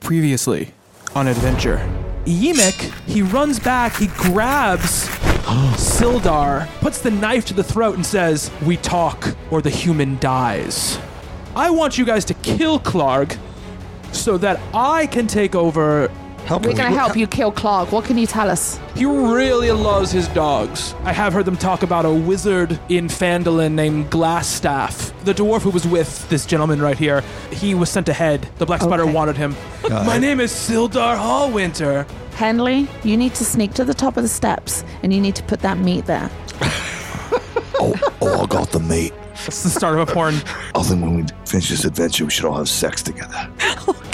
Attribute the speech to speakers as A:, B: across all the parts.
A: Previously on Adventure. Yemek, he runs back, he grabs Sildar, puts the knife to the throat, and says, We talk or the human dies. I want you guys to kill Clark so that I can take over
B: Help
C: We're going to help you kill Clark. What can you tell us?
A: He really loves his dogs. I have heard them talk about a wizard in Phandalin named Glassstaff. The dwarf who was with this gentleman right here, he was sent ahead. The Black Spider
C: Okay.
A: wanted him. My name is Sildar Hallwinter.
C: Henley, you need to sneak to the top of the steps and you need to put that meat there.
B: Oh, oh, I got the meat.
A: That's the start of a porn.
B: I think when we finish this adventure, we should all have sex together.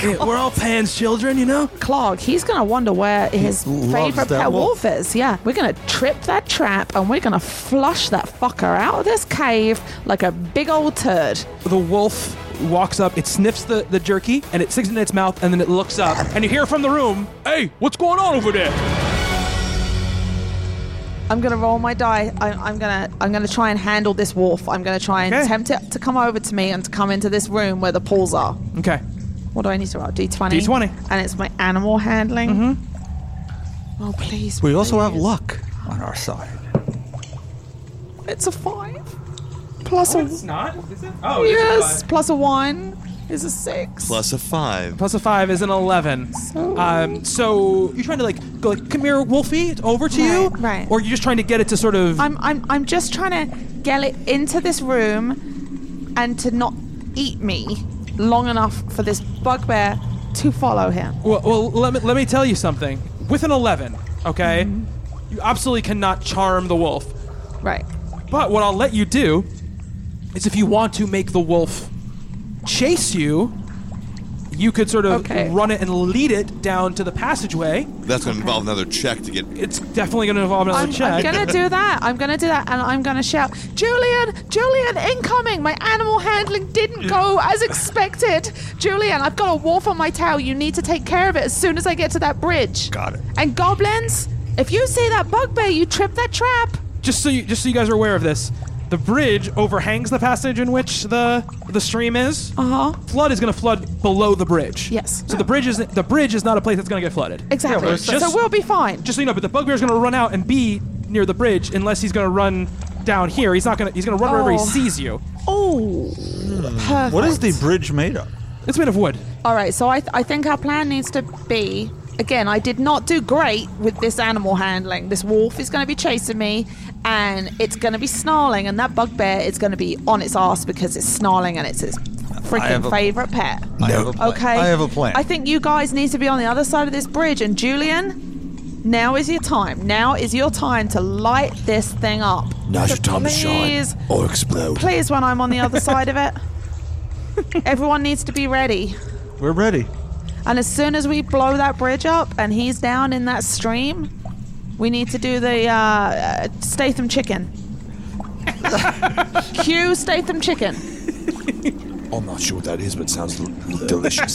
A: We're all Pan's children, you know?
C: Clark, he's going to wonder where his
B: loves
C: favorite
B: that
C: pet
B: wolf.
C: wolf. is. Yeah, we're going to trip that trap and we're going to flush that fucker out of this cave like a big old turd.
A: The wolf walks up, it sniffs the, the jerky, and it sticks it in its mouth, and then it looks up, and you hear from the room, Hey, what's going on over there?
C: I'm gonna roll my die. I, I'm gonna I'm gonna try and handle this wolf. I'm gonna try and
A: Okay.
C: tempt it to come over to me and to come into this room where the pools are.
A: Okay.
C: What do I need to roll? D20.
A: D20.
C: And it's my animal handling. Oh please.
D: We also have
C: please.
D: luck on our side.
C: It's a five. Plus
A: Oh,
C: a
A: not? Is it? Oh,
C: yes. Plus a one is a six.
E: Plus a five.
A: Plus a five is an eleven.
C: So-
A: um, so you're trying to like go like, come here, Wolfie, over to you,
C: Right, right.
A: Or you're just trying to get it to sort of.
C: I'm I'm I'm just trying to get it into this room and to not eat me long enough for this bugbear to follow him.
A: well, well, let me let me tell you something. With an eleven, okay,
C: Mm-hmm.
A: you absolutely cannot charm the wolf.
C: Right.
A: But what I'll let you do is, if you want to make the wolf chase you, you could sort of
C: Okay.
A: run it and lead it down to the passageway.
E: That's going to involve another check to get.
A: It's definitely going to involve another
C: I'm,
A: check.
C: I'm gonna do that. I'm gonna do that, and I'm gonna shout, "Julian! Julian, incoming! My animal handling didn't go as expected. Julian, I've got a wolf on my tail. You need to take care of it as soon as I get to that bridge."
B: Got it.
C: And goblins, if you see that bugbear, you trip that trap.
A: just so you, just so you guys are aware of this, the bridge overhangs the passage in which the the stream is.
C: Uh huh.
A: Flood is going to flood below the bridge.
C: Yes.
A: So the bridge is the bridge is not a place that's going to get flooded.
C: Exactly.
A: Yeah,
C: so
A: just-
C: we'll be fine.
A: Just so you know, but the bugbear's going to run out and be near the bridge unless he's going to run down here. He's not going to. He's going to run wherever he
C: Oh.
A: sees you.
C: oh, perfect.
D: What is the bridge made of?
A: It's made of wood.
C: All right, so I, th- I think our plan needs to be again, I did not do great with this animal handling. This wolf is going to be chasing me and it's going to be snarling, and that bugbear is going to be on its ass because it's snarling and it's its
D: have
C: freaking
D: a-
C: favorite pet.
D: I have a plan.
C: Okay.
D: I have a plan.
C: I think you guys need to be on the other side of this bridge. And Julian, now is your time. Now is your time to light this thing up.
B: Now's your time to shine
C: Please,
B: or explode.
C: please, when I'm on the other side of it, everyone needs to be ready.
D: We're ready.
C: And as soon as we blow that bridge up and he's down in that stream, we need to do the uh, uh, Statham chicken. Cue Statham chicken.
B: I'm not sure what that is, but it sounds l- delicious.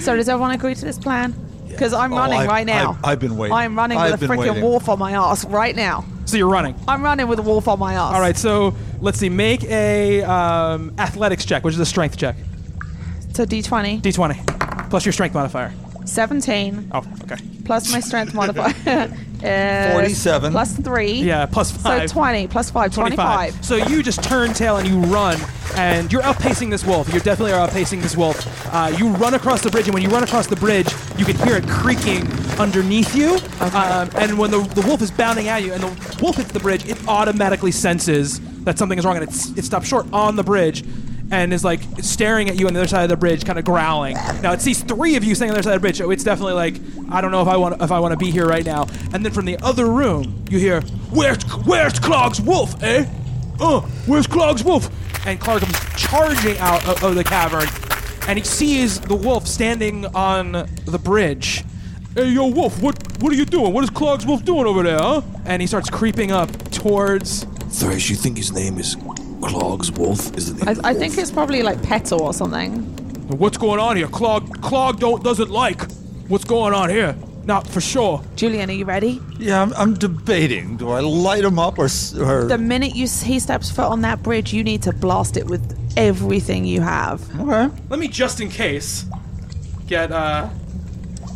C: So does everyone agree to this plan? Because I'm
D: Oh,
C: running
D: I've-
C: right now.
D: I've- I've been waiting.
C: I'm running
D: I've
C: with a
D: been
C: freaking
D: waiting.
C: wolf on my ass right now.
A: So you're running.
C: I'm running with a wolf on my ass.
A: All right. So let's see. Make a um, athletics check, which is a strength check.
C: So D20,
A: D20 plus your strength modifier.
C: 17
A: Oh, okay.
C: plus my strength modifier. is
D: 47.
C: Plus three.
A: Yeah, plus
C: So
A: five.
C: 20 plus five, 25.
A: 25. So you just turn tail and you run, and you're outpacing this wolf. You definitely are outpacing this wolf. Uh, you run across the bridge, and when you run across the bridge, you can hear it creaking underneath you. Um, and when the, the wolf is bounding at you, and the wolf hits the bridge, it automatically senses that something is wrong, and it, s- it stops short on the bridge. And is like staring at you on the other side of the bridge, kind of growling. Now it sees three of you standing on the other side of the bridge, so it's definitely like, I don't know if I want if I want to be here right now. And then from the other room, you hear, "Where's Where's Clog's wolf, eh?" uh, where's Clog's wolf? And Clark comes charging out of, of the cavern, and he sees the wolf standing on the bridge. Hey, yo, wolf, what what are you doing? What is Clog's wolf doing over there, huh? And he starts creeping up towards.
B: Thresh, you think his name is Clogs Wolf? Is it?
C: I, I think it's probably like Petal or something.
A: What's going on here? Clog Clog don't doesn't like. What's going on here? Not for sure.
C: Julian, are you ready?
D: Yeah, I'm, I'm debating. Do I light him up or? s- or
C: The minute you s- he steps foot on that bridge, you need to blast it with everything you have.
D: okay.
A: Let me just in case Get uh,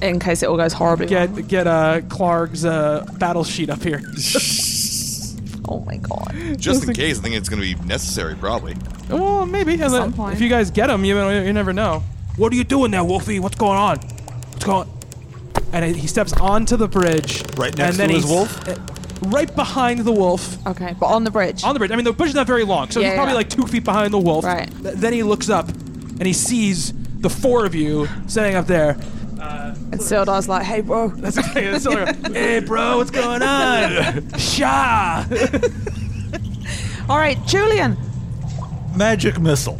C: in case it all goes horribly wrong.
A: get get uh, Clark's uh, battle sheet up here.
C: Oh my god.
E: Just in case, I think it's going to be necessary, probably.
A: Well, maybe. and
C: some
A: then
C: point.
A: If you guys get him, you, you never know. What are you doing there, Wolfie? What's going on? What's going? And he steps onto the bridge.
D: Right next
A: and then
D: to his
A: he's-
D: wolf?
A: uh, Right behind the wolf.
C: Okay, but on the bridge.
A: on the bridge. I mean, the bridge is not very long, so
C: Yeah,
A: he's probably
C: yeah.
A: like two feet behind the wolf.
C: Right.
A: Th- then he looks up, and he sees the four of you sitting up there.
C: and Sildar's like, hey, bro.
A: That's okay. That's all right. hey, bro, what's going on? Sha.
C: All right, Julian.
D: Magic missile.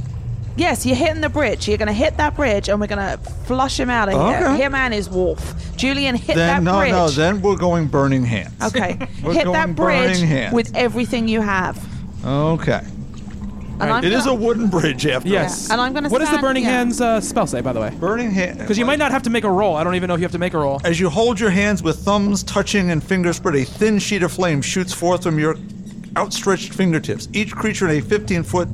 C: Yes, you're hitting the bridge. You're going to hit that bridge, and we're going to flush him out of here.
D: Okay.
C: Him and his wolf. Julian, hit that
D: Then no,
C: bridge.
D: no. Then we're going burning hands.
C: okay,
D: We're
C: hit that
D: going burning
C: bridge
D: hands.
C: with everything you have.
D: Okay.
C: And
A: Right.
C: I'm
D: It is a
C: gonna-
D: wooden bridge after.
A: Yes.
C: Yeah, and I'm gonna
A: What does the
C: stand
A: burning
C: here.
A: hands uh, spell say, by the way?
D: all. burning hand.
A: Because you might not have to make a roll. I don't even know if you have to make a roll.
D: As you hold your hands with thumbs touching and fingers spread, a thin sheet of flame shoots forth from your outstretched fingertips. Each creature in a 15 foot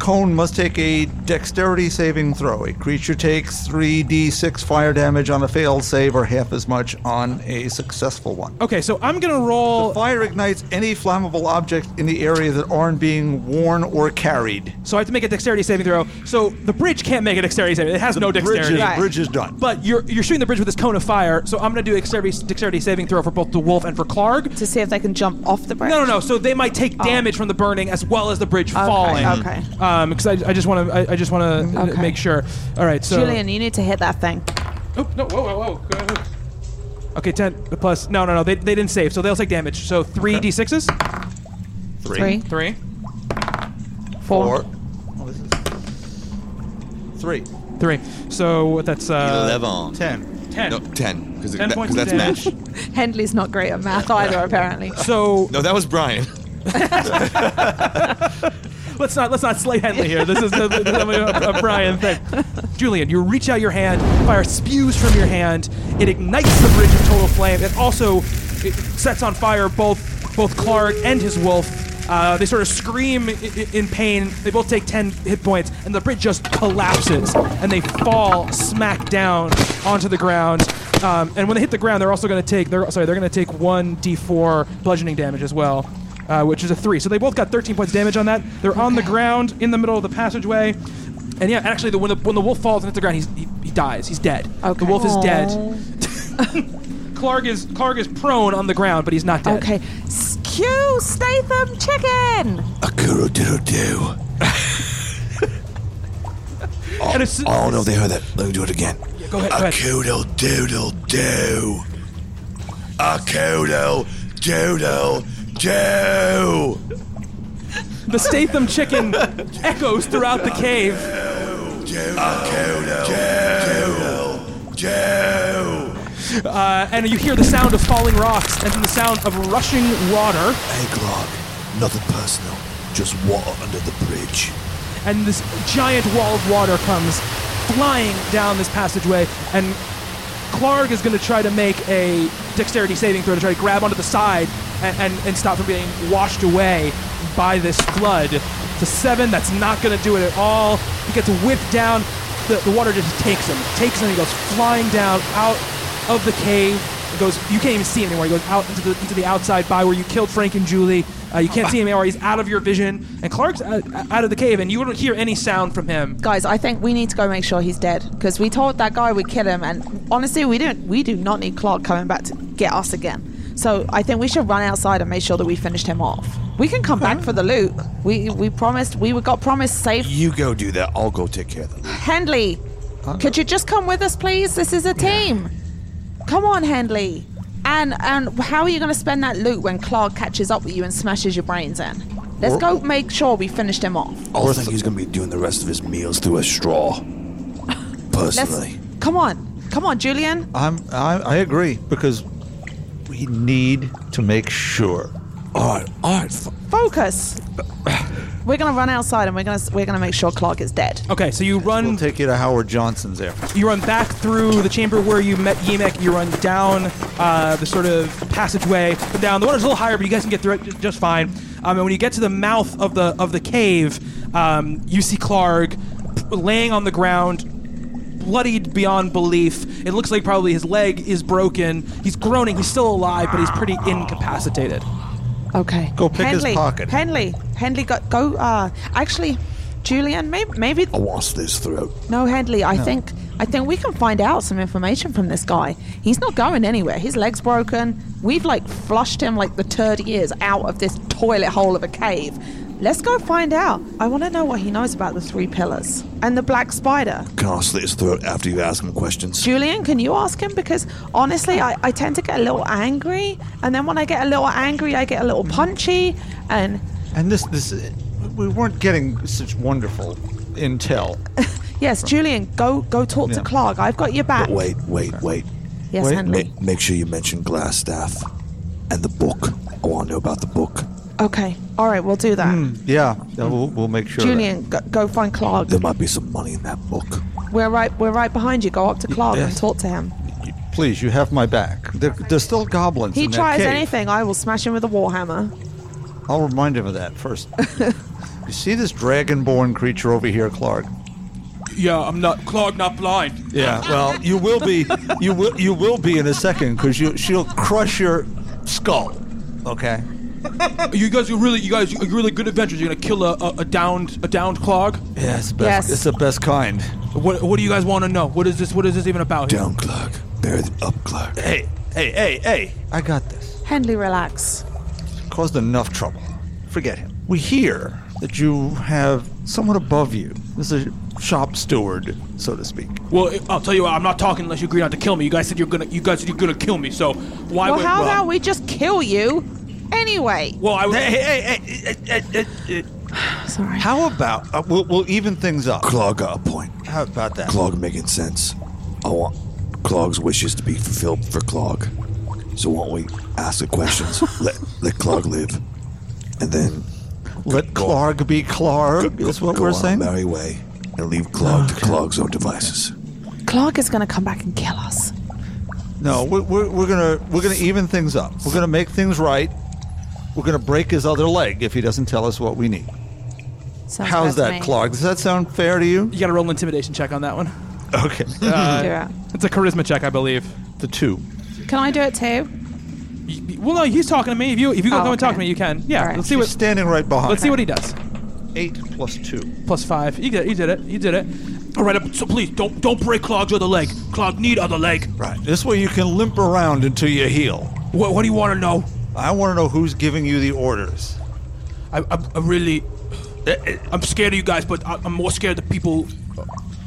D: cone must take a dexterity saving throw. A creature takes 3d6 fire damage on a failed save or half as much on a successful one.
A: Okay, so I'm gonna roll.
D: Fire ignites any flammable object in the area that aren't being worn or carried.
A: So I have to make a dexterity saving throw. So the bridge can't make a dexterity saving. It has no dexterity.
D: Bridge is,
C: Right.
D: bridge is done.
A: But you're you're shooting the bridge with this cone of fire. So I'm gonna do a dexterity, dexterity saving throw for both the wolf and for Clark.
C: to see if they can jump off the bridge.
A: No, no, no. So they might take damage from the burning as well as the bridge falling.
C: Oh. okay.
A: Um, because I, I just want to, I, I just want to
C: Okay.
A: make sure. All right. So.
C: Julian, you need to hit that thing.
A: Oh, no. Whoa, whoa, whoa. Go ahead. Okay, ten plus. No, no, no. They, they didn't save, so they'll take damage. So three d sixes.
C: Three,
A: Three.
C: four.
D: Four. Oh, this is- Three.
A: Three. So that's uh.
E: Eleven.
D: Ten.
A: Ten.
E: No, ten. Because
A: Ten points of
E: that's
A: damage.
E: match.
C: Henley's not great at math either, apparently.
A: So
E: No, that was Brian.
A: let's not let's not slay Henley here. This is the, a, a Brian thing. Julian, you reach out your hand, fire spews from your hand. It ignites the bridge of total flame. It also it sets on fire both both Clark and his wolf. Uh, they sort of scream i- i- in pain. They both take 10 hit points, and the bridge just collapses, and they fall smack down onto the ground. Um, and when they hit the ground, they're also going to take they're sorry they're going to take one d4 bludgeoning damage as well uh, which is a three. So they both got 13 points damage on that. They're on the ground in the middle of the passageway. And yeah, actually, the, when, the, when the wolf falls and hits the ground, he's, he, he dies. He's dead.
C: Okay.
A: The wolf is
C: Aw.
A: dead. Clark is Clark is prone on the ground, but he's not dead.
C: Okay. Skew Statham Chicken!
B: Akuro do do.
A: And it's,
B: Oh no, they heard that. Let me do it again.
A: go ahead, go ahead.
B: A Doodle doodle do. A doodle doodle do.
A: the Statham chicken echoes throughout the cave. Uh, and you hear the sound of falling rocks and then the sound of rushing water.
B: Hey Clark, nothing personal. Just water under the bridge.
A: and this giant wall of water comes flying down this passageway and Clark is going to try to make a dexterity saving throw to try to grab onto the side and, and, and stop from being washed away by this flood. It's a seven. That's not going to do it at all. He gets whipped down. The, the water just takes him. Takes him. He goes flying down out of the cave. He goes. You can't even see him anymore. He goes out into the into the outside by where you killed Frank and Julie. Uh, you can't see him anymore. He's out of your vision. And Clark's out, out of the cave, and you don't hear any sound from him.
C: Guys, I think we need to go make sure he's dead because we told that guy we'd kill him, and honestly, we don't. We do not need Clark coming back to get us again. So I think we should run outside and make sure that we finished him off. We can come back for the loot. We we promised we were- got promised safe.
B: You go do that. I'll go take care of them.
C: Hendley, could you just come with us, please? This is a team. Come on, Hendley. And and how are you going to spend that loot when Clark catches up with you and smashes your brains in? Let's go make sure we finished him off.
B: I think he's gonna be doing the rest of his meals through a straw.
C: Let's
B: Personally,
C: come on, come on, Julian.
D: I'm, I, I agree because we need to make sure.
B: all right, all right. f-
C: Focus. We're gonna run outside and we're gonna we're gonna make sure Clark is dead.
A: Okay, so you run
D: We'll
C: Mm.
D: take you to Howard Johnson's after.
A: You run back through the chamber where you met Yemek. You run down uh, the sort of passageway down. The water's a little higher, but you guys can get through it ju- just fine. Um, and when you get to the mouth of the of the cave, um, you see Clark p- laying on the ground, bloodied beyond belief. It looks like probably his leg is broken. He's groaning. He's still alive, but he's pretty incapacitated.
C: Okay.
D: Go pick his pocket.
C: Henley. Henley, go. go uh, actually, Julian, maybe, maybe
B: I want this throat.
C: no, Henley. I think I think we can find out some information from this guy. He's not going anywhere. His leg's broken. We've like flushed him like the turd he is out of this toilet hole of a cave. Let's go find out. I want to know what he knows about the three pillars and the black spider.
B: Can I slit his throat after you ask him questions?
C: Julian, can you ask him? Because honestly, I, I tend to get a little angry, and then when I get a little angry, I get a
D: Mm-hmm.
C: little punchy, and
D: And this, this, we weren't getting such wonderful intel.
C: Yes, Julian, go go talk to
D: Yeah.
C: Clark. I've got your back.
B: But wait, wait, wait.
C: yes,
D: wait,
C: Henley.
B: Ma- make sure you mention glass staff and the book. I want to know about the book.
C: Okay. All right, we'll do that.
D: Yeah, yeah, we'll, we'll make sure. Mm, that-
C: Julian, go, go find Clark.
B: There might be some money in that book.
C: We're right we're right behind you. Go up to Clark and
D: yes.
C: talk to him.
D: You- please, you have my back. There, there's still goblins.
C: He
D: in that
C: tries
D: cave.
C: anything, I will smash him with a warhammer.
D: I'll remind him of that first. you see this dragonborn creature over here, Clark?
A: Yeah, I'm not Clark, not blind.
D: Yeah. Well, you will be. You will. You will be in a second because you she'll crush your skull. Okay.
A: You guys are really, you guys are really good adventurers. You're gonna kill a, a, a downed, a downed Clark.
D: Yeah, it's, best,
C: Yes.
D: it's the best kind.
A: What, what do you guys want to know? What is this? What is this even about? here?
B: Down, Clark. Bury them up, Clark.
D: Hey, hey, hey, hey! I got this.
C: Henley, relax.
D: Caused enough trouble. Forget him. We hear that you have someone above you. This is a shop steward, so to speak.
A: Well, I'll tell you what. I'm not talking unless you agree not to kill me. You guys said you're gonna, you guys said you're gonna kill me. So why?
C: well,
A: would,
C: how
A: well,
C: about we just kill you? Anyway.
A: Well, I.
D: Hey,
A: would-
D: hey, hey, hey, hey, hey, hey, hey.
C: Sorry.
D: How about uh, we'll, we'll even things up?
B: Clark got a point.
D: How about that?
B: Clog making sense. I want Clog's wishes to be fulfilled for Clog. So won't we ask the questions? let let Clog live. And then
D: Let Clark be Clark. Is what
B: go
D: we're
B: on
D: saying.
B: merry way and leave Clog to Clog's own devices.
C: Clark is gonna come back and kill us.
D: No, we're, we're, we're gonna we're gonna even things up. We're gonna make things right. We're gonna break his other leg if he doesn't tell us what we need.
C: Sounds
D: How's
C: fair to me.
D: that, Clark? Does that sound fair to you?
A: you gotta roll an intimidation check on that one.
D: Okay,
C: Do it.
A: It's a charisma check, I believe.
D: the two.
C: Can I do it too?
A: Y- y- Well, no, he's talking to me. If you, if you
C: Oh,
A: come and talk
C: okay.
A: to me, you can. Yeah.
C: All right.
A: Let's see
D: He's
A: what.
D: standing right behind.
A: Let's see what he does.
D: Eight plus two.
A: Plus five. You did. You did it. You did it. All right. So please don't don't break Clog's other leg. Clog need other leg.
D: Right. This way you can limp around until you heal.
A: What, what do you want to know?
D: I want to know who's giving you the orders.
A: I, I, I really. eh, I'm scared of you guys, but I, I'm more scared of the people.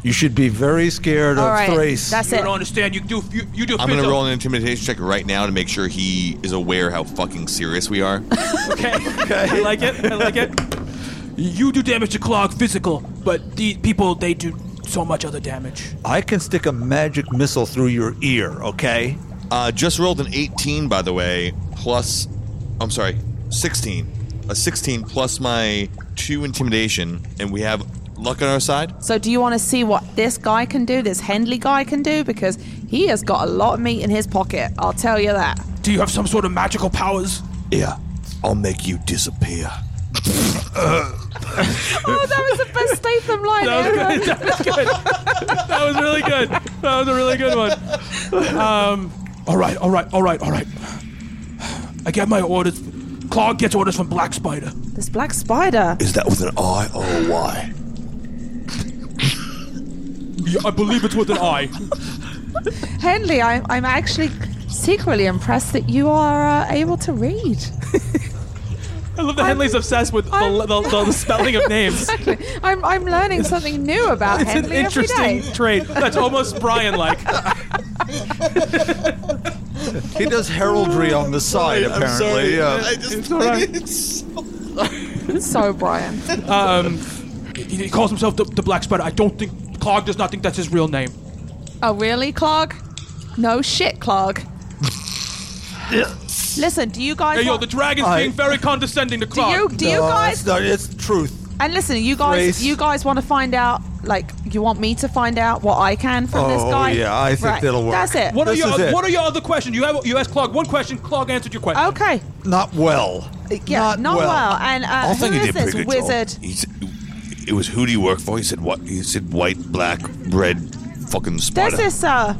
D: You should be very scared
C: All
D: of
C: right,
D: Thrace.
C: that's-
A: You
C: it.
A: don't understand. You do. You, you do.
E: I'm gonna
A: fizz-
E: roll an intimidation check right now to make sure he is aware how fucking serious we are.
A: Okay. I like it. I like it. You do damage to Clog physical, but the people they do so much other damage.
D: I can stick a magic missile through your ear. Okay.
E: uh, just rolled an 18, by the way, plus, I'm sorry, 16. A 16 plus my two intimidation, and we have luck on our side.
C: So do you want to see what this guy can do, this Henley guy can do? Because he has got a lot of meat in his pocket, I'll tell you that.
A: Do you have some sort of magical powers?
B: Yeah. I'll make you disappear.
C: Oh, that was the best Statham line ever.
A: That was good. That was really good. That was a really good one. Um, all right, all right, all right, all right. I get my orders. Clog gets orders from Black Spider.
C: This black spider.
B: Is that with an I or a Y?
A: I believe it's with an I.
C: Henley, I, I'm actually secretly impressed that you are uh, able to read.
A: I love that Henley's obsessed with the, the, the, the spelling of names.
C: Exactly. I'm, I'm learning something new about
A: It's an
C: Henley every
A: interesting
C: day.
A: trait. That's almost Brian-like.
D: He does heraldry on the side, apparently. yeah.
E: just, it's
C: So, Brian.
A: He, he calls himself the, the Black Spider. I don't think Clog does not think that's his real name.
C: Oh, really, Clark? No shit, Clark. Listen, do you guys.
A: Hey, yo,
C: want-
A: the dragon's
D: I-
A: being very condescending to
C: do
A: Clog.
C: you, do you
D: No,
C: guys
D: It's, not, it's the truth.
C: And listen, you guys,
D: Race.
C: you guys want to find out, like, you want me to find out what I can from this
D: Oh,
C: guy?
D: yeah, I think
C: Right,
D: that'll work.
C: That's it.
A: What are
D: This
A: your
D: is it.
A: What are your other questions? You have you asked Clog one question. Clog answered your question.
C: okay.
D: Not well.
C: Uh, Yeah, not, well. And uh,
B: I
C: who
B: think he
C: is
B: did pretty
C: this
B: good
C: wizard?
B: job. He said, it was who do you work for? He said what? He said white, black, red,
E: fucking
C: There's
E: spider.
C: this, uh,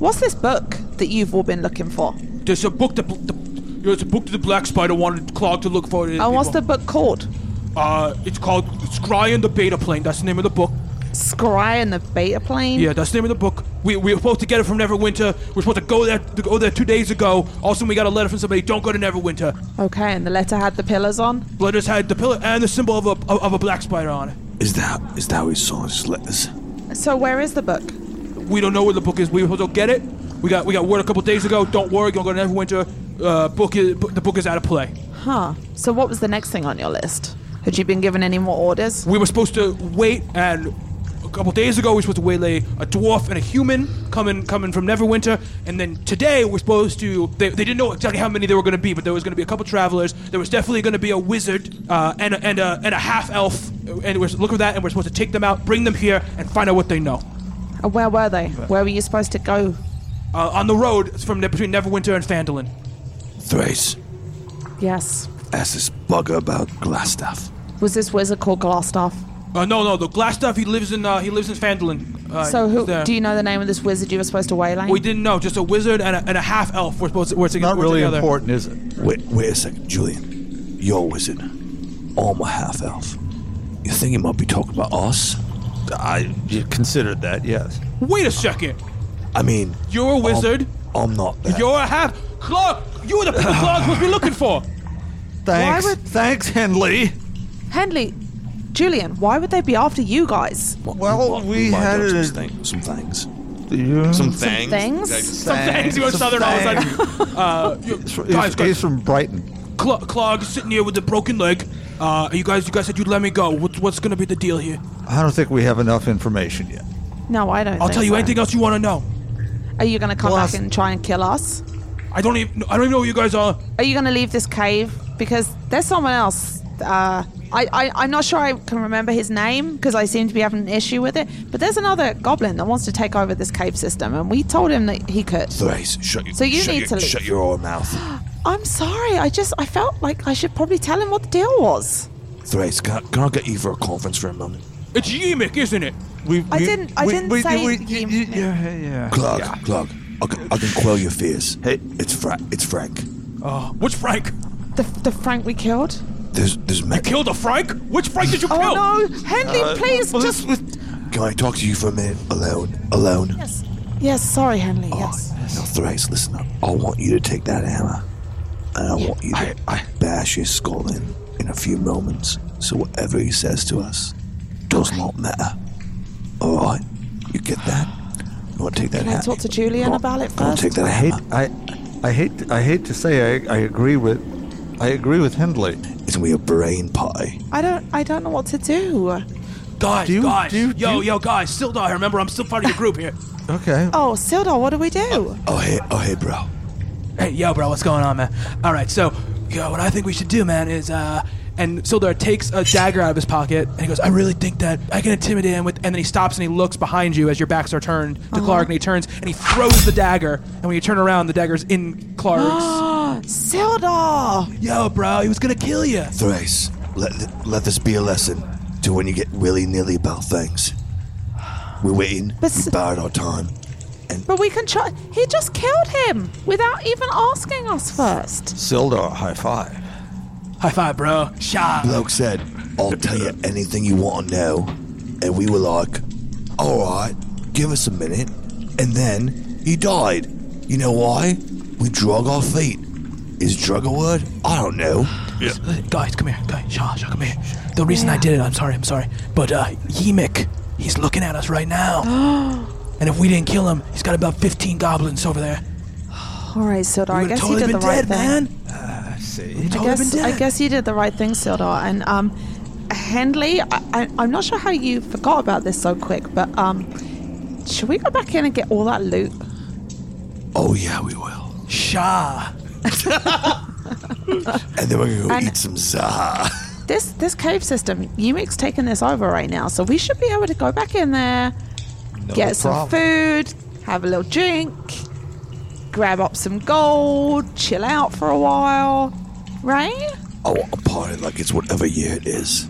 C: what's this book that you've all been looking for?
A: There's a book that the, there's a book that the black spider wanted Clog to look for.
C: And what's the book called?
A: Uh, it's called Scry and the Beta Plane. That's the name of the book.
C: Scry and the Beta Plane?
A: Yeah, that's the name of the book. We, we were supposed to get it from Neverwinter. We were supposed to go there to go there two days ago. Also, we got a letter from somebody. Don't go to Neverwinter.
C: Okay, and the letter had the pillars on?
A: Letters had the pillar and the symbol of a of a black spider on it.
B: Is that is that how he saw his letters?
C: So where is the book?
A: We don't know where the book is. We were supposed to get it. We got we got word a couple days ago. Don't worry, don't go to Neverwinter. Uh, book is, the book is out of play.
C: Huh. So what was the next thing on your list? Had you been given any more orders?
A: We were supposed to wait, and a couple days ago we were supposed to waylay a dwarf and a human coming coming from Neverwinter, and then today we're supposed to. They, they didn't know exactly how many there were going to be, but there was going to be a couple travelers. There was definitely going to be a wizard uh, and a, and a, and a half elf, and we're look at that, and we're supposed to take them out, bring them here, and find out what they know.
C: And Uh, where were they? Where were you supposed to go?
A: Uh, on the road from ne- between Neverwinter and Fandolin.
B: Thrace,
C: Yes.
B: ask this bugger about glass stuff.
C: Was this wizard called Glastaff?
A: Uh, no, no, the glass stuff. He lives in uh, he lives in Fandolin. Uh,
C: So who
A: there.
C: do you know the name of this wizard you were supposed to waylay?
A: We didn't know. Just a wizard and a, and a half elf. We're supposed to. We're to-
D: Not
A: we're
D: really
A: together.
D: important, is it?
B: Wait, wait a second, Julian. You're a wizard. I'm a half elf. You think he might be talking about us?
D: I you considered that, yes.
A: Wait a second.
B: I mean,
A: You're a wizard.
B: I'm, I'm not that.
A: You're a half. Clark, you were the people Clark was be looking for.
D: Thanks.
C: would-
D: Thanks, Henley.
C: Henley, Julian, why would they be after you guys?
D: Well, we
B: might
D: had
B: know
D: it-
B: some, thing, some things.
E: some
D: Some
E: things.
C: things?
A: Some things you were southern all of a sudden. Uh, you, guys,
D: He's, he's
A: guys
D: from Brighton.
A: Cl- Clark's sitting here with a broken leg. Uh, you guys, you guys said you'd let me go. What's what's gonna be the deal here?
D: I don't think we have enough information yet.
C: No, I don't.
A: I'll
C: think
A: tell you
C: so.
A: anything else you want to know.
C: Are you going to come
D: Glas-
C: back and try and kill us?
A: I don't even I don't even know who you guys are.
C: Are you going to leave this cave? Because there's someone else. Uh, I, I, I'm not sure I can remember his name because I seem to be having an issue with it. But there's another goblin that wants to take over this cave system, and we told him that he could.
B: Thrace, shut your
C: So you
B: shut
C: need
B: your,
C: to leave.
B: shut your old mouth.
C: I'm sorry. I just I felt like I should probably tell him what the deal was.
B: Thrace, can I, can I get you for a conference for a moment?
A: It's Yemek, isn't it?
D: We,
C: I
D: we-
C: didn't- I
D: we-
C: didn't
D: we-
C: say
D: we-
C: he-
D: y- y- yeah,
A: Uh,
D: yeah.
B: Clark, Clark, I can, I can quell your fears.
D: Hey.
B: it's Frank. It's Frank.
A: Uh, which Frank?
C: The, the Frank we killed.
B: There's, there's me-
A: Killed a Frank? Which Frank did you
C: Oh
A: kill?
C: no, Henley!
A: Uh,
C: please
D: well,
C: just
D: this-
B: Can I talk to you for a minute, alone, alone?
C: yes, yes. Sorry, Henley.
B: Oh,
C: Yes.
B: Now, Thrace, listen up. I want you to take that hammer, and I want you to bash his skull in in a few moments. So whatever he says to us does not matter. All right, you get that? You want to take that
C: Can I
B: hammer?
C: talk to Julian about it
B: You want
C: first?
B: to take that
D: I hate,
B: hammer?
D: I, I hate, I hate to say, I, I agree with, I agree with Henley.
B: It's gonna be a brain pie.
C: I don't I don't know what to do.
A: Guys,
D: Do you-
A: guys,
D: do you- do
A: yo,
D: you-
A: yo, guys, still die. Remember, I'm still part of your group here.
D: Okay.
C: Oh, Sildar, what do we do?
B: Oh hey, oh hey, bro.
A: Hey, yo, bro, what's going on, man? All right, so, yo, what I think we should do, man, is, uh, and Sildar takes a dagger out of his pocket and he goes, I really think that I can intimidate him with, and then he stops and he looks behind you as your backs are turned to Clark and he turns and he throws the dagger. And when you turn around, the dagger's in Clark's.
C: Sildar!
A: yo, bro, he was gonna kill you.
B: Thrace, let th- let this be a lesson to when you get willy nilly about things. We're waiting.
C: But s-
B: we bide our time.
C: But we can try he just killed him without even asking us first.
D: Sildar, high five.
A: High five, bro. Shot.
B: Bloke said, "I'll tell you anything you want to know," and we were like, "All right, give us a minute." And then he died. You know why? We drug our feet. Is drug a word? I don't know.
A: Guys, come here. Guys, Shaw, Shaw, come here. The reason I did it, I'm sorry, I'm sorry. But uh, Yemek, he's looking at us right now. and if we didn't kill him, he's got about 15 goblins over there.
C: Alright, Sildar, I
A: Would've
C: guess
A: totally
C: you did
A: been
C: the right
A: dead,
C: thing.
A: man.
D: See.
A: Totally
C: I
A: been
C: guess, I
A: dead.
C: guess you did the right thing, Sildar. And um, Henley, I, I, I'm not sure how you forgot about this so quick, but um, should we go back in and get all that loot?
B: Oh yeah, we will.
A: Shaw.
B: And then we're gonna go
C: And-
B: eat some zaha.
C: This this cave system, Umic's taking this over right now, so we should be able to go back in there, get some food, have a little drink, grab up some gold, chill out for a while, right?
B: I want a party like it's whatever year it is.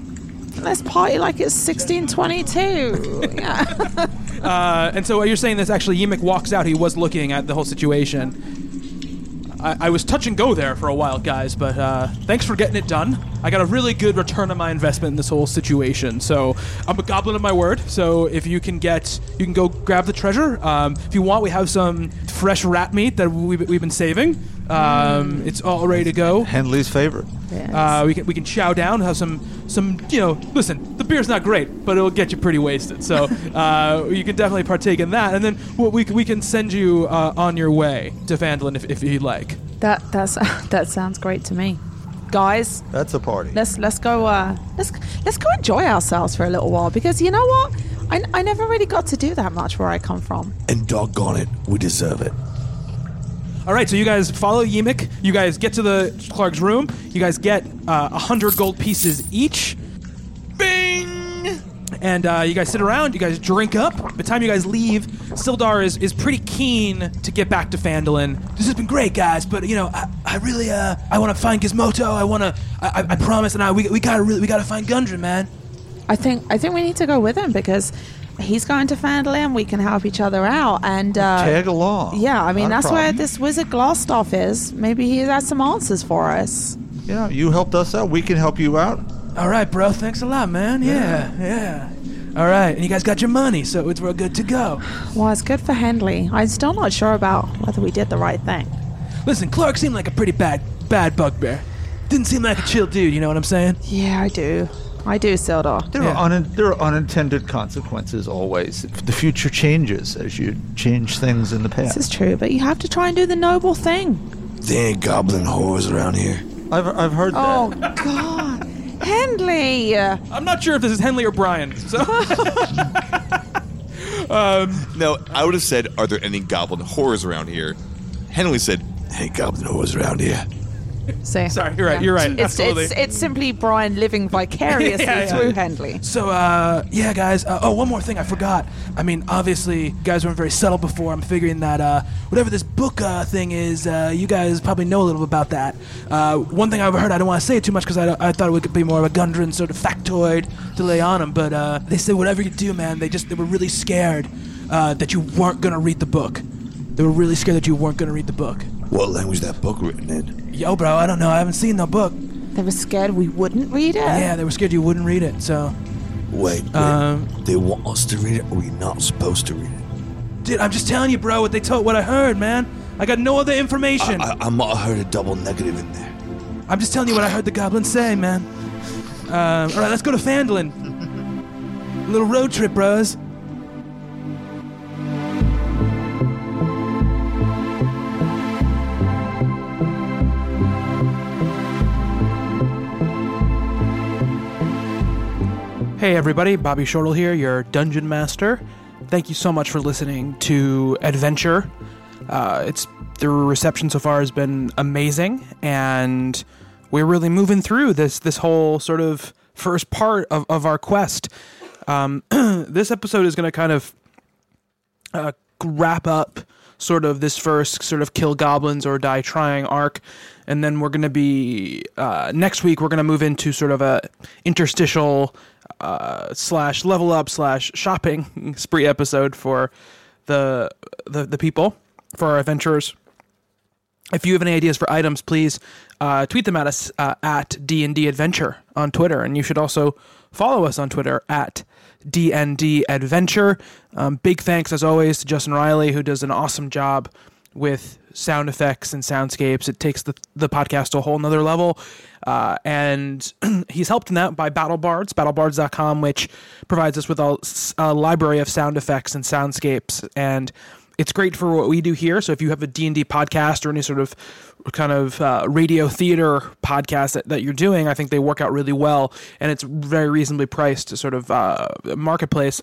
C: Let's party like it's 1622. yeah.
A: Uh, and so you're saying this actually Yemek walks out. He was looking at the whole situation. I, I was touch and go there for a while, guys, but uh, thanks for getting it done. I got a really good return on my investment in this whole situation. So I'm a goblin of my word. So if you can get, you can go grab the treasure. Um, if you want, we have some fresh rat meat that we, we've been saving. Um, It's all ready to go.
D: Henley's favorite.
A: Uh, we can we can chow down, have some some you know. Listen, the beer's not great, but it'll get you pretty wasted. So uh, you can definitely partake in that, and then we we, c- we can send you uh, on your way to Vandalin if, if you'd like.
C: That that's that sounds great to me. Guys,
D: That's a party.
C: let's let's go uh let's let's go enjoy ourselves for a little while because you know what? I, I never really got to do that much where I come from.
B: And doggone it, we deserve it.
A: All right, so you guys follow Yemek. You guys get to the Clark's room. You guys get uh, a hundred gold pieces each. Bing. And uh, you guys sit around. You guys drink up. By the time you guys leave, Sildar is, is pretty keen to get back to Fandolin. This has been great, guys. But you know, I, I really uh I want to find Gizmoto. I want to. I, I- I promise. And I we, we gotta really we gotta find Gundren, man.
C: I think I think we need to go with him because he's going to Fandolin. We can help each other out and uh,
D: Tag along.
C: Yeah, I mean
D: Not a
C: that's where
D: problem.
C: this wizard Glassstaff is. Maybe he has some answers for us.
D: You know, you helped us out. We can help you out.
A: All right, bro. Thanks a lot, man. Yeah, yeah. All right, and you guys got your money, so it's we're good to go.
C: Well, it's good for Henley. I'm still not sure about whether we did the right thing.
A: Listen, Clark seemed like a pretty bad, bad bugbear. Didn't seem like a chill dude. You know what I'm saying?
C: Yeah, I do. I do, Sildar.
D: There
A: Yeah.
D: are un- there are unintended consequences always. The future changes as you change things in the past.
C: This is true, but you have to try and do the noble thing.
B: There ain't goblin whores around here.
D: I've, I've heard
C: Oh God, Henley!
A: I'm not sure if this is Henley or Brian. So
E: No, I would have said, "Are there any goblin horrors around here?" Henley said,
B: There ain't goblin whores around here.
C: So,
A: sorry, you're right. You're right.
C: It's,
A: absolutely.
C: it's it's simply Brian living vicariously
A: Yeah, yeah.
C: through Henley.
A: so uh, yeah, guys. Uh, oh, one more thing I forgot. I mean, obviously, you guys weren't very subtle before. I'm figuring that uh, whatever this book uh, thing is, uh, you guys probably know a little about that. Uh, one thing I've heard, I don't want to say it too much because I, don't- I thought it would be more of a Gundren sort of factoid to lay on them. But uh, they said whatever you do, man, they just they were really scared uh, that you weren't gonna read the book. They were really scared that you weren't gonna read the book.
B: What language that book written in?
A: Yo, bro, I don't know. I haven't seen the book.
C: They were scared we wouldn't read it.
A: Yeah, they were scared you wouldn't read it. So,
B: Wait, wait.
A: Um,
B: they want us to read it, or we're not supposed to read it.
A: dude, I'm just telling you, bro, what they told, what I heard, man. I got no other information.
B: I, I might have heard a double negative in there.
A: I'm just telling you what I heard the goblins say, man. Um, all right, let's go to Fandolin. Little road trip, bros. Hey everybody, Bobby Shortle here, your dungeon master. Thank you so much for listening to Adventure. Uh, it's the reception so far has been amazing, and we're really moving through this this whole sort of first part of, of our quest. Um, this episode is going to kind of uh, wrap up sort of this first sort of kill goblins or die trying arc and then we're going to be uh, next week we're going to move into sort of a interstitial uh, slash level up slash shopping spree episode for the the, the people for our adventurers if you have any ideas for items, please uh, tweet them at us uh, at D&D Adventure on Twitter. And you should also follow us on Twitter at DND Adventure. Um, big thanks, as always, to Justin Riley, who does an awesome job with sound effects and soundscapes. It takes the, the podcast to a whole nother level. Uh, and he's helped in that by Battle Bards, battlebards.com, which provides us with a, s- a library of sound effects and soundscapes. And it's great for what we do here. So if you have a D&D podcast or any sort of kind of uh, radio theater podcast that, that you're doing, I think they work out really well. And it's very reasonably priced to sort of uh, marketplace.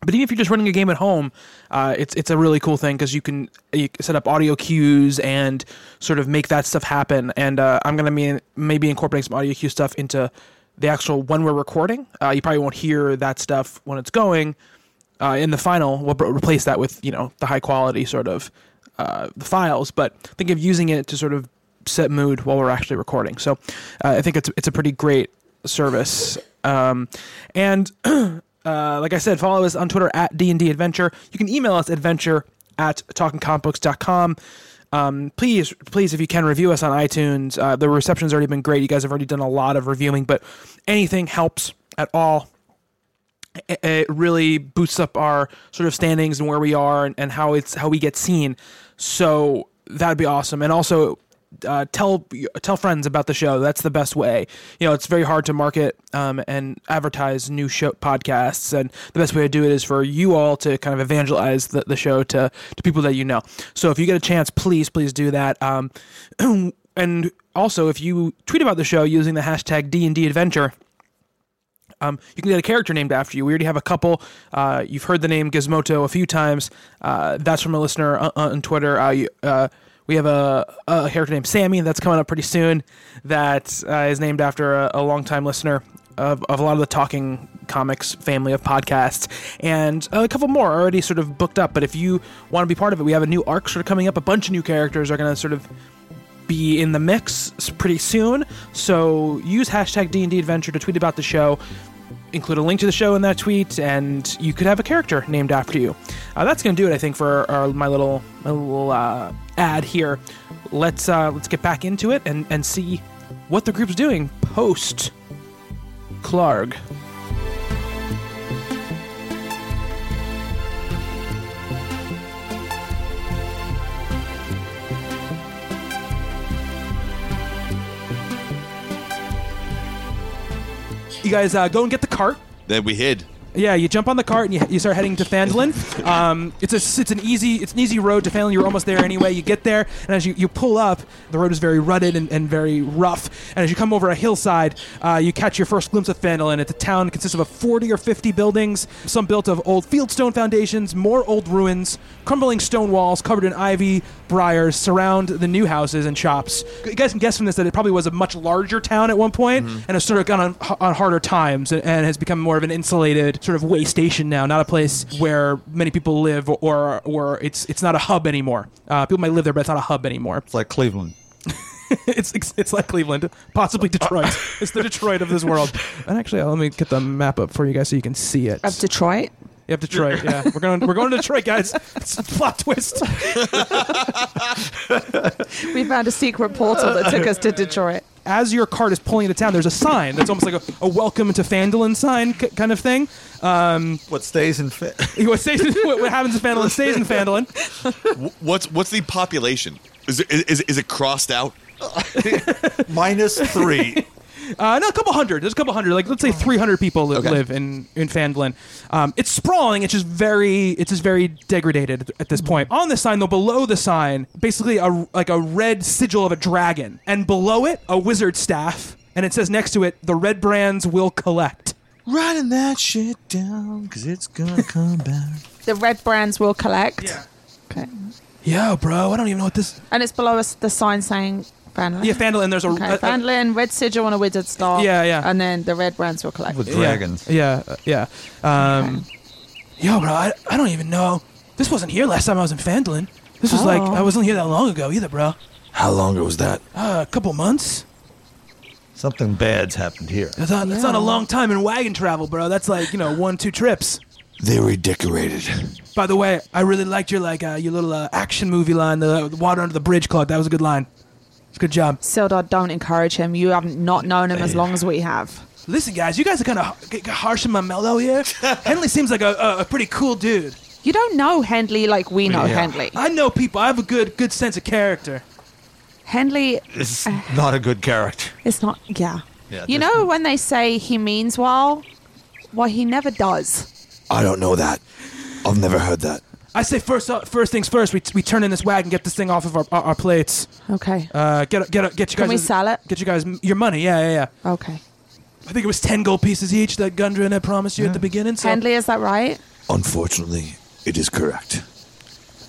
A: But even if you're just running a game at home, uh, it's it's a really cool thing because you can you can set up audio cues and sort of make that stuff happen. And uh, I'm gonna be maybe incorporating some audio cue stuff into the actual when we're recording. Uh, you probably won't hear that stuff when it's going uh, in the final. We'll br- replace that with you know the high quality sort of uh, files. But think of using it to sort of set mood while we're actually recording. So uh, I think it's it's a pretty great service. Um, and uh, like I said, follow us on Twitter at D&D Adventure. You can email us adventure at talkingcompbooks.com. Um, please, please, if you can review us on iTunes, uh, the reception's already been great. You guys have already done a lot of reviewing, but anything helps at all it- it really boosts up our sort of standings and where we are and, and how it's how we get seen. So that'd be awesome. And also uh, tell tell friends about the show. That's the best way. You know, it's very hard to market um, and advertise new show podcasts, and the best way to do it is for you all to kind of evangelize the, the show to to people that you know. So if you get a chance, please please do that. Um, and also, if you tweet about the show using the hashtag D and D Adventure. Um, you can get a character named after you. We already have a couple. Uh, you've heard the name Gizmoto a few times. Uh, that's from a listener on, on Twitter. Uh, you, uh, we have a, a character named Sammy that's coming up pretty soon. That uh, is named after a, a longtime listener of, of a lot of the Talking Comics family of podcasts, and a couple more are already sort of booked up. But if you want to be part of it, we have a new arc sort of coming up. A bunch of new characters are going to sort of be in the mix s- pretty soon. So use hashtag D&D Adventure to tweet about the show. Include a link to the show in that tweet, and you could have a character named after you. Uh, that's going to do it, I think, for our, my little my little uh, ad here. Let's uh, let's get back into it and and see what the group's doing post Clarg. You guys uh, go and get the cart.
E: That we hid.
A: Yeah, you jump on the cart and you, you start heading to Fandolin. Um, it's a it's an easy it's an easy road to Fandolin. You're almost there anyway. You get there, and as you, you pull up, the road is very rutted and, and very rough. And as you come over a hillside, uh, you catch your first glimpse of Fandolin. It's a town that consists of a 40 or 50 buildings, some built of old fieldstone foundations, more old ruins, crumbling stone walls covered in ivy, briars surround the new houses and shops. You guys can guess from this that it probably was a much larger town at one point and has sort of gone on, on harder times and, and has become more of an insulated sort of way station now, not a place where many people live or or it's it's not a hub anymore. Uh, people might live there, but it's not a hub anymore.
D: It's like Cleveland.
A: it's, it's it's like Cleveland, possibly Detroit. it's the Detroit of this world. And actually, uh, let me get the map up for you guys so you can see it.
C: Of Detroit.
A: You have Detroit. Yeah, we're going. We're going to Detroit, guys. It's a plot twist.
C: We found a secret portal that took us to Detroit.
A: As your cart is pulling into town, there's a sign that's almost like a, a welcome to Fandolin sign k- kind of thing.
D: What stays in fit?
A: What, stays in, what what happens in Fandolin stays in Fandolin.
E: Wh- What's what's the population? Is it, is, is it crossed out?
D: Minus three.
A: Uh, no, a couple hundred. There's a couple hundred. Like let's say 300 people li-
E: Okay.
A: live in in Fandolin. Um, it's sprawling. It's just very. It's just very degraded at this point. On the sign, though, below the sign, basically a like a red sigil of a dragon, and below it a wizard staff, and it says next to it, "The red brands will collect."
B: Writing that shit down because it's gonna come back.
C: The red brands will collect. Okay.
A: Yeah, bro. I don't even know what this.
C: And it's below us the sign saying Vanlin.
A: Yeah, Fandolin. There's a,
C: Okay,
A: a- a-
C: Vanlin, red sigil on a wizard star.
A: Yeah, yeah.
C: And then the red brands will collect.
D: With
A: yeah,
D: dragons.
A: Yeah, uh, yeah. Um, Yo, bro. I, I don't even know. This wasn't here last time I was in Fandolin. This was like
C: Oh.
A: I wasn't here that long ago either, bro.
B: How long ago was that?
A: Uh, a couple months.
D: Something bad's happened here.
A: That's not, that's not a
C: Yeah.
A: long time in wagon travel, bro. That's like you know one two trips.
B: They redecorated.
A: By the way, I really liked your like uh, your little uh, action movie line, the, the water under the bridge, Clark. That was a good line. It's a good job.
C: Sildar, don't encourage him. You have not known him as long as we have.
A: Listen, guys, you guys are kind of g- g- harsh in my mellow here. Henley seems like a, a, a pretty cool dude.
C: You don't know Hendley like we know Hendley.
A: I know people. I have a good good sense of character.
C: Hendley
D: It's not a good character.
C: is not. Yeah.
D: Yeah,
C: you
D: there's-
C: know when they say he means well? Well, he never does.
B: I don't know that. I've never heard that.
A: I say first uh, first things first. We, we turn in this wagon, get this thing off of our, our, our plates.
C: Okay.
A: Uh, get get get you guys.
C: Can we sell it?
A: Get you guys m- your money. Yeah, yeah, yeah.
C: okay.
A: I think it was ten gold pieces each that Gundren had promised you at the beginning. So
C: Hendley, is that right?
B: Unfortunately, it is correct.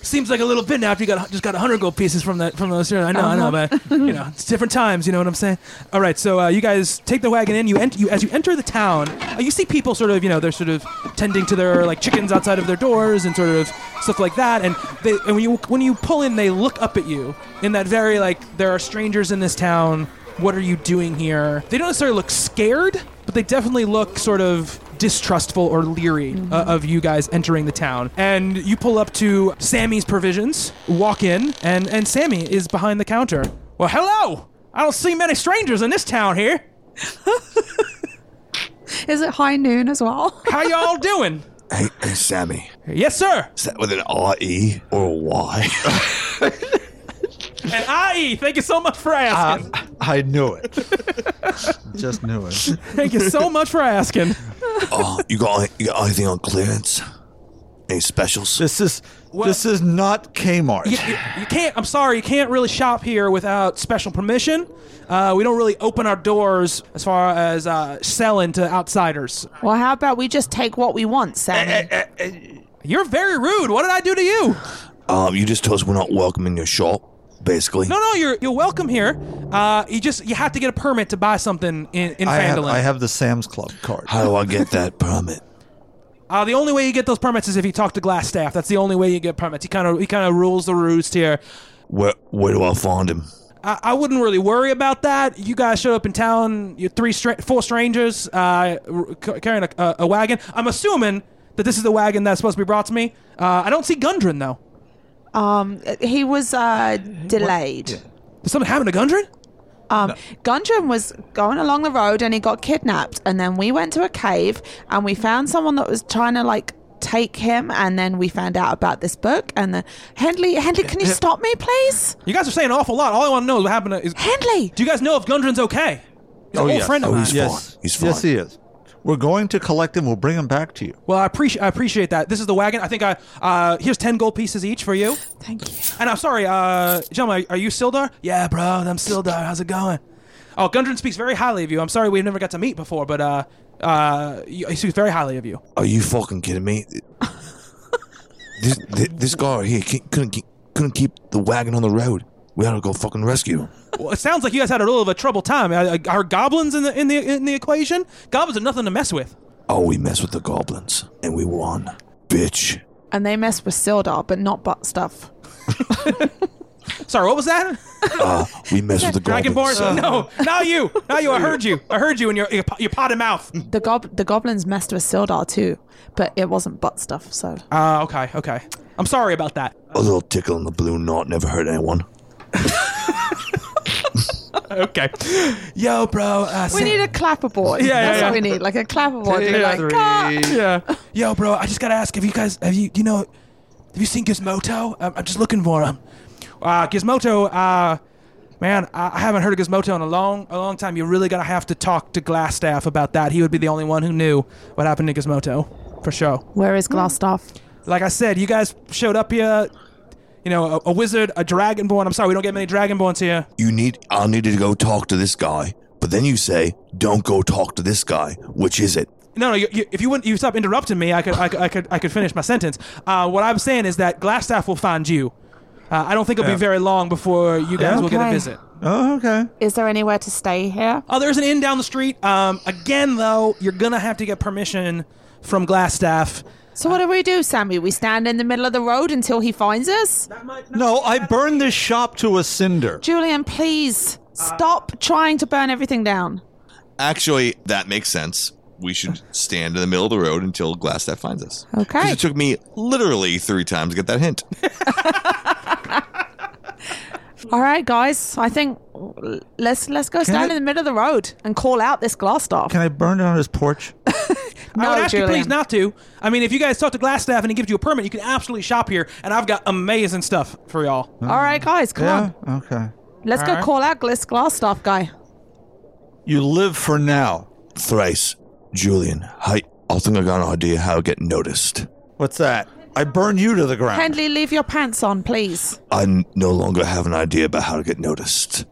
A: Seems like a little bit now after you got just got hundred gold pieces from that from those. I know, I know, but you know, it's different times. You know what I'm saying? All right, so uh, you guys take the wagon in. You, ent- you as you enter the town, uh, you see people sort of you know they're sort of tending to their like chickens outside of their doors and sort of stuff like that. And they and when you when you pull in, they look up at you in that very like there are strangers in this town. What are you doing here? They don't necessarily look scared, but but they definitely look sort of distrustful or leery uh, of you guys entering the town. And you pull up to Sammy's Provisions, walk in, and, and Sammy is behind the counter. Well, hello! I don't see many strangers in this town here.
C: Is it high noon as well?
A: How y'all doing?
B: Hey, hey, Sammy.
A: Yes, sir.
B: Is that with an R E or a Y?
A: And IE, thank you so much for asking.
D: I knew it. Just knew it.
A: thank you so much for asking.
B: oh, you got you got anything on clearance? Any specials?
D: This is this is not Kmart.
A: you, you- you can't. I'm sorry, you can't really shop here without special permission. Uh, we don't really open our doors as far as uh, selling to outsiders.
C: Well, how about we just take what we want,
A: Eh,
C: Sammy?
A: You're very rude. What did I do to you?
B: Um, you just told us we're not welcome in your shop, basically.
A: No, no, you're you're welcome here. Uh, you just you have to get a permit to buy something in, in
D: I have,
A: Fandolin.
D: I have the Sam's Club card.
B: How do I get that permit?
A: Uh, the only way you get those permits is if you talk to Glass Staff. That's the only way you get permits. He kind of he kind of rules the roost here.
B: Where where do I find him?
A: I, I wouldn't really worry about that. You guys showed up in town, you three, stra- four strangers uh, r- c- carrying a, a, a wagon. I'm assuming that this is the wagon that's supposed to be brought to me. Uh, I don't see Gundren though.
C: Um, he was uh, delayed.
A: Did something happen to Gundren?
C: Um, Gundren was going along the road and he got kidnapped. And then we went to a cave and we found someone that was trying to like take him. And then we found out about this book. And then Hendley, Hendley, can you stop me, please?
A: You guys are saying an awful lot. All I want to know is what happened. To, is,
C: Hendley,
A: do you guys know if Gundren's okay? He's an
D: Oh,
A: old
D: yes.
A: friend of
B: Oh,
A: mine.
B: he's
D: yes,
B: fine. He's fine.
D: yes, he is. We're going to collect him. We'll bring him back to you.
A: Well, I appreciate I appreciate that. This is the wagon. I think I uh, here's ten gold pieces each for you.
C: thank you.
A: And I'm sorry, uh, gentlemen, are, are you Sildar? Yeah, bro, I'm Sildar. How's it going? Oh, Gundren speaks very highly of you. I'm sorry we never got to meet before, but uh, uh, he he speaks very highly of you.
B: Are you fucking kidding me? this, this this guy right here can't- couldn't keep, couldn't keep the wagon on the road. We had to go fucking rescue him.
A: Well, it sounds like you guys had a little of a trouble time. Are, are goblins in the in the in the equation? Goblins are nothing to mess with.
B: Oh, we messed with the goblins and we won, bitch.
C: And they mess with Sildar, but not butt stuff.
A: Sorry, what was that?
B: Uh, we messed with the goblins. Uh.
A: Dragonborn? no, not you, not you. I heard you. I heard you in your your, po- your potted mouth.
C: The gob- the goblins messed with Sildar too, but it wasn't butt stuff. So
A: Uh, okay, okay. I'm sorry about that.
B: A little tickle in the blue knot never hurt anyone.
A: Okay. Yo, bro. Uh,
C: we
A: Sam-
C: need a clapperboard.
A: yeah,
C: That's
A: yeah.
C: what we need, like a clapperboard. Be like,
D: Three.
C: "Ah."
A: Yeah. Yo, bro, I just gotta ask, have you guys, have you, do you know, have you seen Gizmoto? I'm, I'm just looking for him. Uh, Gizmoto, uh, man, I, I haven't heard of Gizmoto in a long, a long time. You're really gonna have to talk to Glassstaff about that. He would be the only one who knew what happened to Gizmoto, for sure.
C: Where is glass stuff?
A: Like I said, you guys showed up here, you know, a, a wizard, a dragonborn. I'm sorry, we don't get many dragonborns here.
B: You need. I needed to go talk to this guy, but then you say, "Don't go talk to this guy." Which is it?
A: No, no. You, you, if you wouldn't, you stop interrupting me. I could, I could, I could, I could finish my sentence. Uh, what I'm saying is that Glassstaff will find you. Uh, I don't think it'll
D: Yeah.
A: be very long before you guys will get a
C: Okay.
A: visit.
D: Oh, okay.
C: Is there anywhere to stay here?
A: Oh, there's an inn down the street. Um, again, though, you're gonna have to get permission from Glassstaff.
C: So what do we do, Sammy? We stand in the middle of the road until he finds us?
D: No, I burned this shop to a cinder.
C: Julian, please stop trying to burn everything down.
E: Actually, that makes sense. We should stand in the middle of the road until Glassstaff finds us.
C: Okay.
E: 'Cause It took me literally three times to get that hint.
C: All right, guys. I think let's let's go stand in
D: I-
C: the middle of the road and call out this glass stuff.
D: Can I burn it on his porch?
A: I
C: No,
A: would ask you
C: Julian.
A: please not to. I mean, if you guys talk to Glassstaff and he gives you a permit, you can absolutely shop here. And I've got amazing stuff for y'all.
C: All right, guys, come on.
D: Okay.
C: Let's go
A: All right.
C: call out this glass stuff guy.
D: You live for now.
B: Thrice, Julian. I. I think I got an idea how to get noticed.
D: What's that? I burn you to the ground.
C: Henley, leave your pants on, please.
B: I n- no longer have an idea about how to get noticed.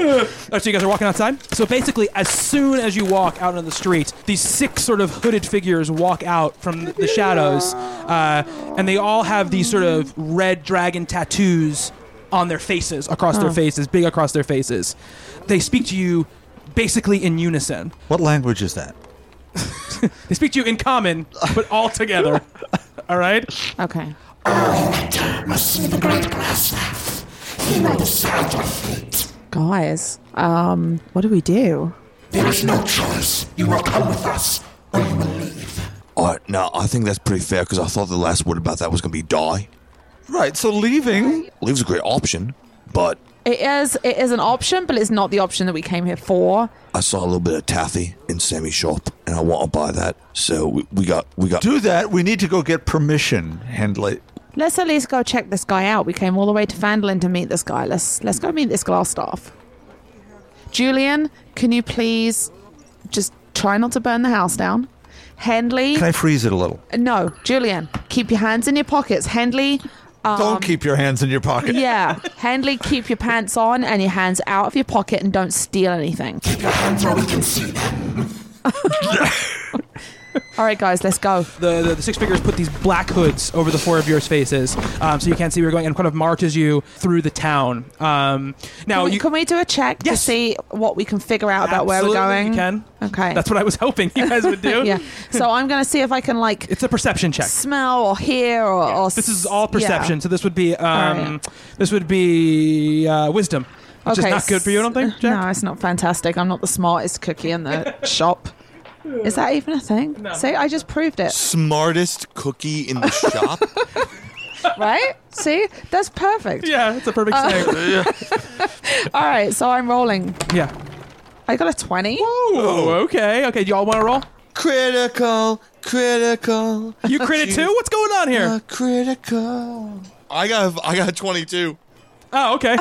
A: Oh, so you guys are walking outside? So basically, as soon as you walk out on the street, these six sort of hooded figures walk out from the shadows, uh, and they all have these sort of red dragon tattoos on their faces, across their faces, big across their faces. They speak to you basically in unison.
D: What language is that?
A: They speak to you in common, but all together. all right?
C: Okay.
F: I see the great glass staff. He will decide your fate.
C: guys, um, what do we do?
F: There is no choice. You will come with us, or you will leave.
B: All right, now I think that's pretty fair because I thought the last word about that was going to be die.
D: Right, so leaving.
B: Leave's a great option, but
C: It is it is an option, but it's not the option that we came here for.
B: I saw a little bit of taffy in Sammy's shop, and I want to buy that. So we, we got we got.
D: Do that. We need to go get permission, Handley.
C: Let's at least go check this guy out. We came all the way to Vandalin to meet this guy. Let's let's go meet this glass staff. Julian, can you please just try not to burn the house down? Henley,
D: Can I freeze it a little?
C: no, Julian, keep your hands in your pockets. Henley,
D: Don't keep your hands in your pocket.
C: yeah, Henley, keep your pants on and your hands out of your pocket and don't steal anything.
F: Keep your hands where we can see them.
C: All right, guys, let's go.
A: the, the, the six figures put these black hoods over the four of your faces, um, so you can't see where you're going, and kind of marches you through the town. Um, now
C: Can we-
A: you
C: can we do a check
A: Yes.
C: to see what we can figure out about where we're
A: Absolutely,
C: going?
A: You can.
C: Okay.
A: That's what I was hoping you guys would do.
C: yeah. So I'm gonna see if I can like
A: It's a perception check.
C: smell or hear or, or
A: This is
C: s-
A: all perception,
C: yeah.
A: so this would be um,
C: Alright.
A: this would be uh, wisdom, which is not good for you. I don't think,
C: s-
A: Jack.
C: No, it's not fantastic. I'm not the smartest cookie in the shop. Is that even a thing? See, I just proved it,
E: Smartest cookie in the shop.
C: right? See, that's perfect.
A: Yeah, it's a perfect
C: Uh,
A: thing.
C: All right, so I'm rolling.
A: Yeah.
C: I got a 20.
A: Oh, okay, okay. Do y'all want to roll?
E: critical, critical,
A: You crit it too? What's going on here?
E: critical. I got I got 22.
A: Oh, okay.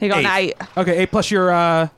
C: He got an
E: Eight.
C: 8.
A: Okay, eight plus your uh,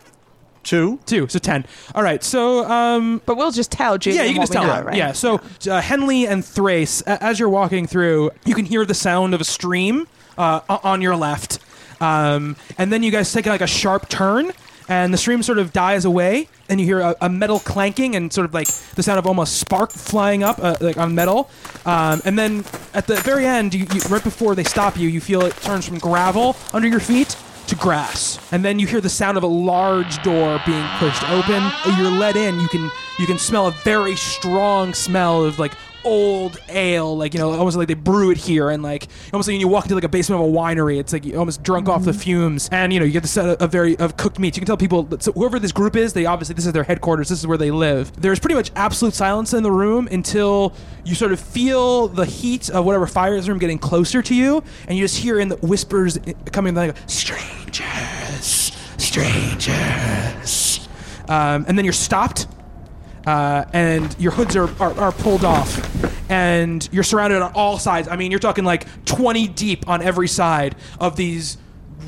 D: Two.
A: two, so ten. All right, so um,
C: But we'll just tell Julie.
A: yeah, you can just tell
C: know,
A: her.
C: Right?
A: Yeah, so uh, Henley and Thrace, a- as you're walking through, you can hear the sound of a stream uh, o- on your left, um, and then you guys take like a sharp turn, and the stream sort of dies away, and you hear a, a metal clanking and sort of like the sound of almost spark flying up uh, like on metal, um, and then at the very end, you, you, right before they stop you, you feel it turns from gravel under your feet to grass and then you hear the sound of a large door being pushed open you're let in you can you can smell a very strong smell of like old ale like you know almost like they brew it here and like almost like when you walk into like a basement of a winery it's like you almost drunk off the fumes and you know you get the set of, of very of cooked meats you can tell people that so whoever this group is they obviously this is their headquarters this is where they live there's pretty much absolute silence in the room until you sort of feel the heat of whatever fire is in the room getting closer to you and you just hear in the whispers i- coming like strangers strangers um, and then you're stopped uh, and your hoods are, are, are pulled off and you're surrounded on all sides i mean you're talking like 20 deep on every side of these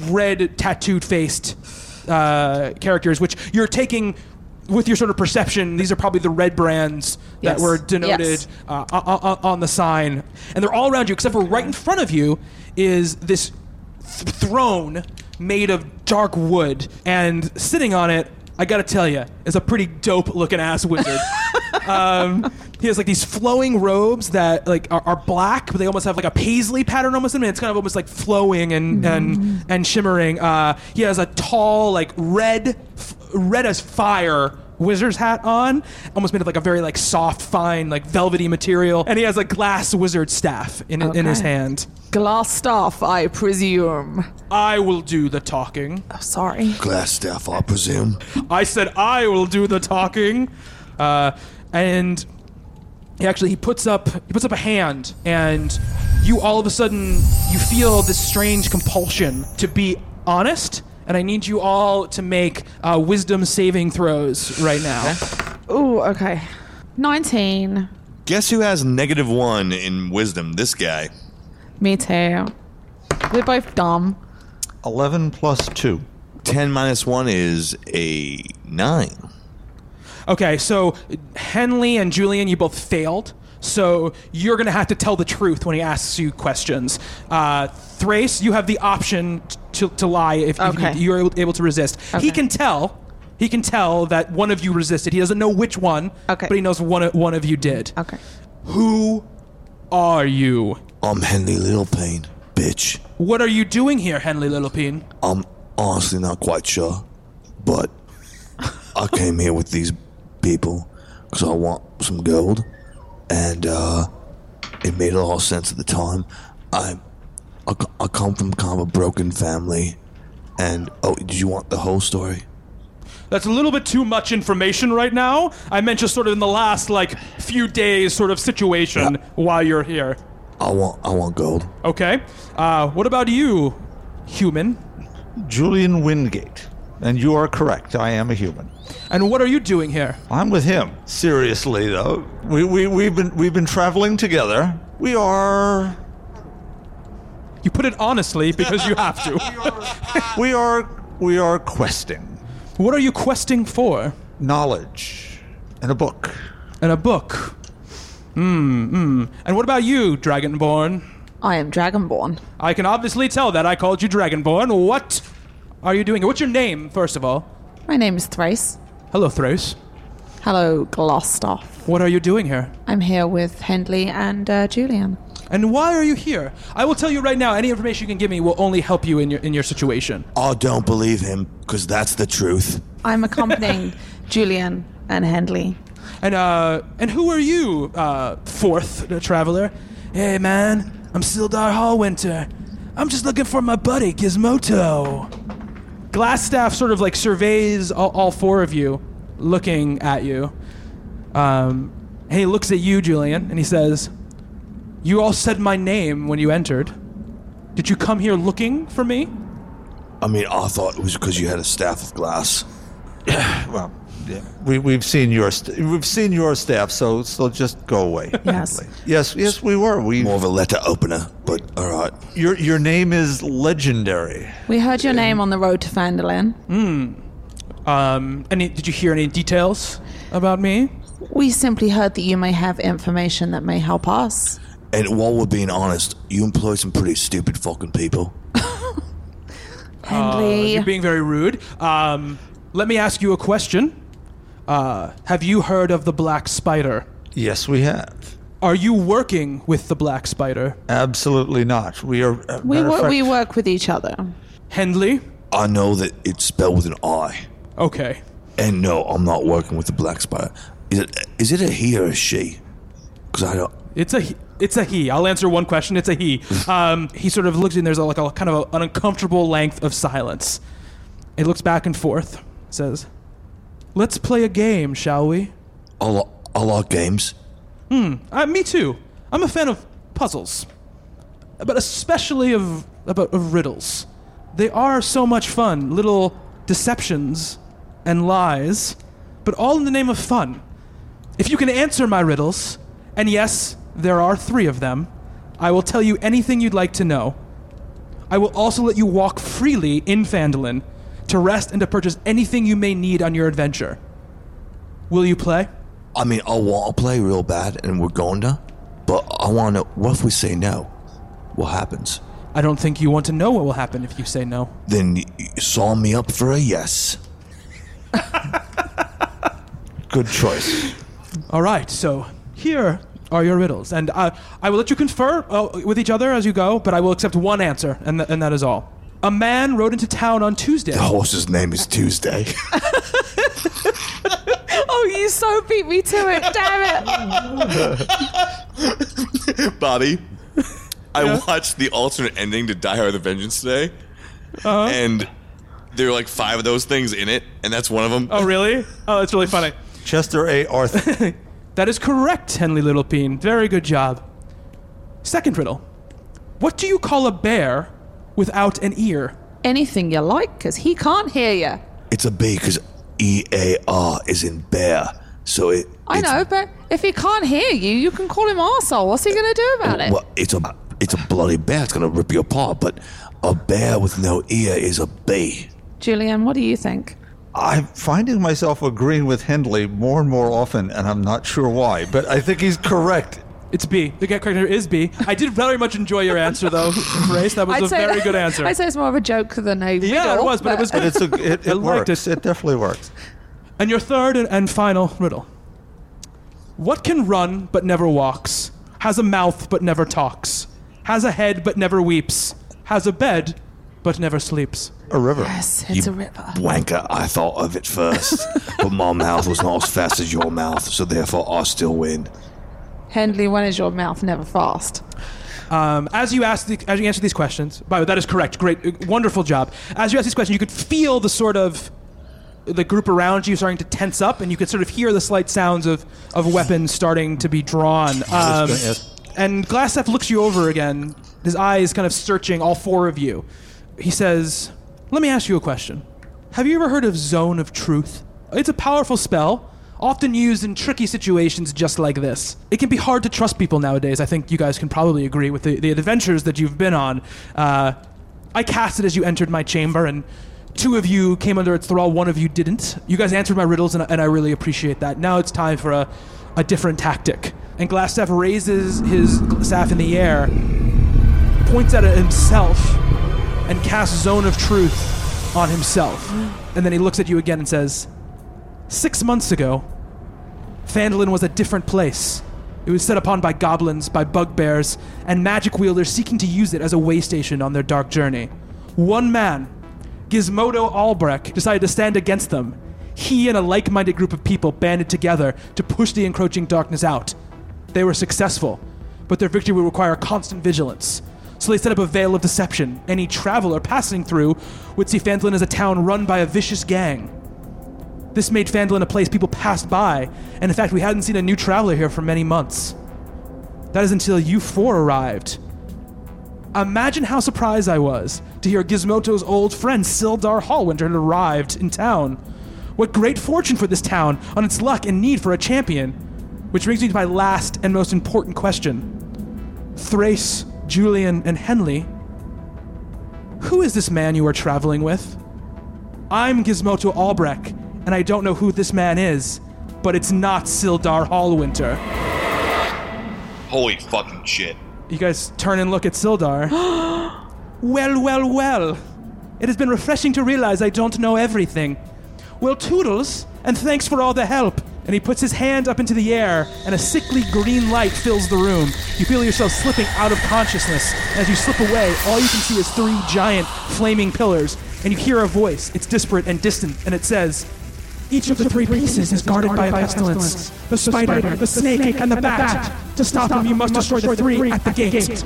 A: red tattooed faced uh, characters which you're taking with your sort of perception these are probably the red brands that
C: Yes.
A: were denoted
C: Yes.
A: uh, o- o- o- on the sign and they're all around you except for right in front of you is this th- throne made of dark wood and sitting on it i gotta tell you is a pretty dope looking ass wizard um, he has like these flowing robes that like are, are black but they almost have like a paisley pattern almost in it it's kind of almost like flowing and and and shimmering uh, he has a tall like red f- red as fire wizard's hat on almost made of like a very like soft fine like velvety material and he has a glass wizard staff in, in his
C: Okay.
A: hand
C: Glass staff, I presume.
A: i will do the talking
C: Oh, sorry.
B: Glass staff, I presume.
A: I said I will do the talking, uh, and he actually he puts up he puts up a hand, and you all of a sudden you feel this strange compulsion to be honest, and I need you all to make uh, wisdom saving throws right now.
C: Ooh, okay. 19.
E: Guess who has negative one in wisdom? This guy.
C: Me too. We're both dumb.
D: 11 plus two.
E: 10 minus one is a nine.
A: Okay, so Henley and Julian, you both failed. So you're gonna have to tell the truth when he asks you questions. Uh, Thrace, you have the option t- to, to lie if, if
C: Okay.
A: you, you're able- able to resist. He
C: Okay.
A: can tell. He can tell that one of you resisted. He doesn't know which one,
C: Okay.
A: but he knows one of- one of you did.
C: Okay.
A: Who are you?
B: I'm Henley Littlepane, bitch.
A: What are you doing here, Henley Littlepine?
B: I'm honestly not quite sure, but I came here with these people because I want some gold, and uh, it made a lot of sense at the time. I, I, co- I come from kind of a broken family, And oh, did you want the whole story?
A: That's a little bit too much information right now. I meant just sort of in the last like few days sort of situation while you're here.
B: I want I want gold.
A: Okay. Uh, what about you, human?
D: Julian Wingate. And you are correct. I am a human.
A: And what are you doing here?
D: I'm with him. Seriously, though, we, we we've been we've been traveling together. We are
A: You put it honestly because you have to.
D: we are we are questing
A: what are you questing for?
D: knowledge and a book.
A: And a book. Hmm. Mm. And what about you, Dragonborn?
C: I am Dragonborn.
A: I can obviously tell that I called you Dragonborn. What are you doing? here? What's your name, first of all?
C: My name is Thrace.
A: Hello, Thrace.
C: Hello, Glostoff.
A: What are you doing here?
C: I'm here with Hendley and uh, Julian.
A: And why are you here? I will tell you right now. Any information you can give me will only help you in your in your situation.
B: I don't believe him because that's the truth.
C: I'm accompanying Julian and Hendley.
A: And uh, and who are you, uh, fourth uh, traveler? Hey, man, I'm Sildar Hallwinter. I'm just looking for my buddy Gizmoto. Glassstaff sort of like surveys all, all four of you, looking at you. Um, and he looks at you, Julian, and he says, "You all said my name when you entered. Did you come here looking for me?"
B: I mean, I thought it was because you had a staff of glass.
D: Well, yeah, we we've seen your st- we've seen your staff, so so just go away.
C: Yes.
D: yes, yes, we were. We
B: More of a letter opener, but all right.
D: your your name is legendary.
C: We heard your name on the road to Fandolin.
A: Um, any, did you hear any details about me?
C: We simply heard that you may have information that may help us.
B: And while we're being honest, you employ some pretty stupid fucking people.
C: Hendley,
D: Uh,
A: You're being very rude. Um, let me ask you a question. Uh, have you heard of the Black Spider?
D: Yes, we have.
A: Are you working with the Black Spider?
D: Absolutely not. We are. uh,
C: we,
D: matter of
C: wor-
D: fact,
C: we work with each other.
A: Hendley?
B: I know that it's spelled with an I.
A: Okay.
B: And no, I'm not working with the black spider. Is it is it a he or a she? Because I don't.
A: It's a he- it's a he. I'll answer one question. It's a he. Um, he sort of looks and there's a, like a kind of a, an uncomfortable length of silence. It looks back and forth. Says, "Let's play a game, shall we?"
B: I, li- I like games.
A: Uh, me too. I'm a fan of puzzles, but especially of about of riddles. They are so much fun, little deceptions and lies, but all in the name of fun. If you can answer my riddles, and yes, there are three of them, I will tell you anything you'd like to know. I will also let you walk freely in Fandolin to rest and to purchase anything you may need on your adventure. Will you play?
B: I mean, I want to play real bad, and we're going to. But I want to. What if we say no? What happens?
A: I don't think you want to know what will happen if you say no.
B: Then you saw me up for a yes.
D: good choice.
A: All right, so here are your riddles, and uh, I will let you confer uh, with each other as you go, but I will accept one answer, and, th- and that is all. A man rode into town on Tuesday.
B: The horse's name is Tuesday.
C: Oh, you so beat me to it. Damn it.
E: Bobby, I watched the alternate ending to Die Hard: The Vengeance today, and there were like five of those things in it, and that's one of them.
A: Oh, really? Oh, that's really funny.
D: Chester A. Arthur.
A: That is correct, Henley Littlepeen. Very good job. Second riddle What do you call a bear without an ear?
C: Anything you like, because he can't hear you.
B: it's a B because E A R is in bear. So it.
C: I
B: it's-
C: know, but if he can't hear you, you can call him arsehole. What's he going to do about it?
B: Well, it's a it's a bloody bear. It's gonna rip you apart. But a bear with no ear is a bee.
C: Julian, what do you think?
D: I'm finding myself agreeing with Hendley more and more often, and I'm not sure why, but I think he's correct.
A: It's B. The correct answer is B. I did very much enjoy your answer, though, Grace. That was a very
C: that-
A: good answer.
C: I'd say it's more of a joke than a
A: yeah, it
C: riddle,
A: was, but it was
D: And it's a, it,
A: I
D: it
A: liked
D: works.
A: it.
D: It. definitely works.
A: And your third and, and final riddle. What can run but never walks? Has a mouth but never talks? Has a head but never weeps? Has a bed but never sleeps?
D: A river.
C: Yes, it's a river.
B: Wanker, I thought of it first, but my mouth was not as fast as your mouth, so therefore I still win.
C: Hendley, when is your mouth never fast?
A: Um, as you ask, the, as you answer these questions, by the way, that is correct. Great, wonderful job. As you ask these questions, you could feel the sort of the group around you starting to tense up, and you could sort of hear the slight sounds of, of weapons starting to be drawn. Um, and Glassstaff looks you over again, his eyes kind of searching all four of you. He says, Let me ask you a question. Have you ever heard of Zone of Truth? It's a powerful spell, often used in tricky situations just like this. It can be hard to trust people nowadays. I think you guys can probably agree with the, the adventures that you've been on. Uh, I cast it as you entered my chamber, and two of you came under its thrall, one of you didn't. You guys answered my riddles, and, and I really appreciate that. Now it's time for a, a different tactic. And Glassstaff raises his staff in the air, points at it himself, and casts Zone of Truth on himself. And then he looks at you again and says, Six months ago, Phandalin was a different place. It was set upon by goblins, by bugbears, and magic wielders seeking to use it as a way station on their dark journey. One man, Gizmodo Albrecht, decided to stand against them. He and a like minded group of people banded together to push the encroaching darkness out. They were successful, but their victory would require constant vigilance. So they set up a veil of deception. Any traveler passing through would see Phandalin as a town run by a vicious gang. This made Phandalin a place people passed by, and in fact, we hadn't seen a new traveler here for many months. That is until you four arrived. Imagine how surprised I was to hear Gizmoto's old friend Sildar Hallwinder had arrived in town. What great fortune for this town on its luck and need for a champion. Which brings me to my last and most important question Thrace, Julian, and Henley. Who is this man you are traveling with? I'm Gizmoto Albrecht, and I don't know who this man is, but it's not Sildar Hallwinter.
E: Holy fucking shit.
A: You guys turn and look at Sildar. well, well, well. It has been refreshing to realize I don't know everything. Well, toodles, and thanks for all the help. And he puts his hand up into the air, and a sickly green light fills the room. You feel yourself slipping out of consciousness. As you slip away, all you can see is three giant flaming pillars, and you hear a voice. It's disparate and distant, and it says, each of the three pieces is guarded by a pestilence. The spider, the snake, and the bat. To stop them, you must destroy the three at the gate.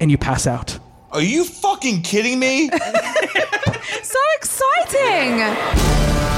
A: And you pass out.
E: Are you fucking kidding me?
C: So exciting!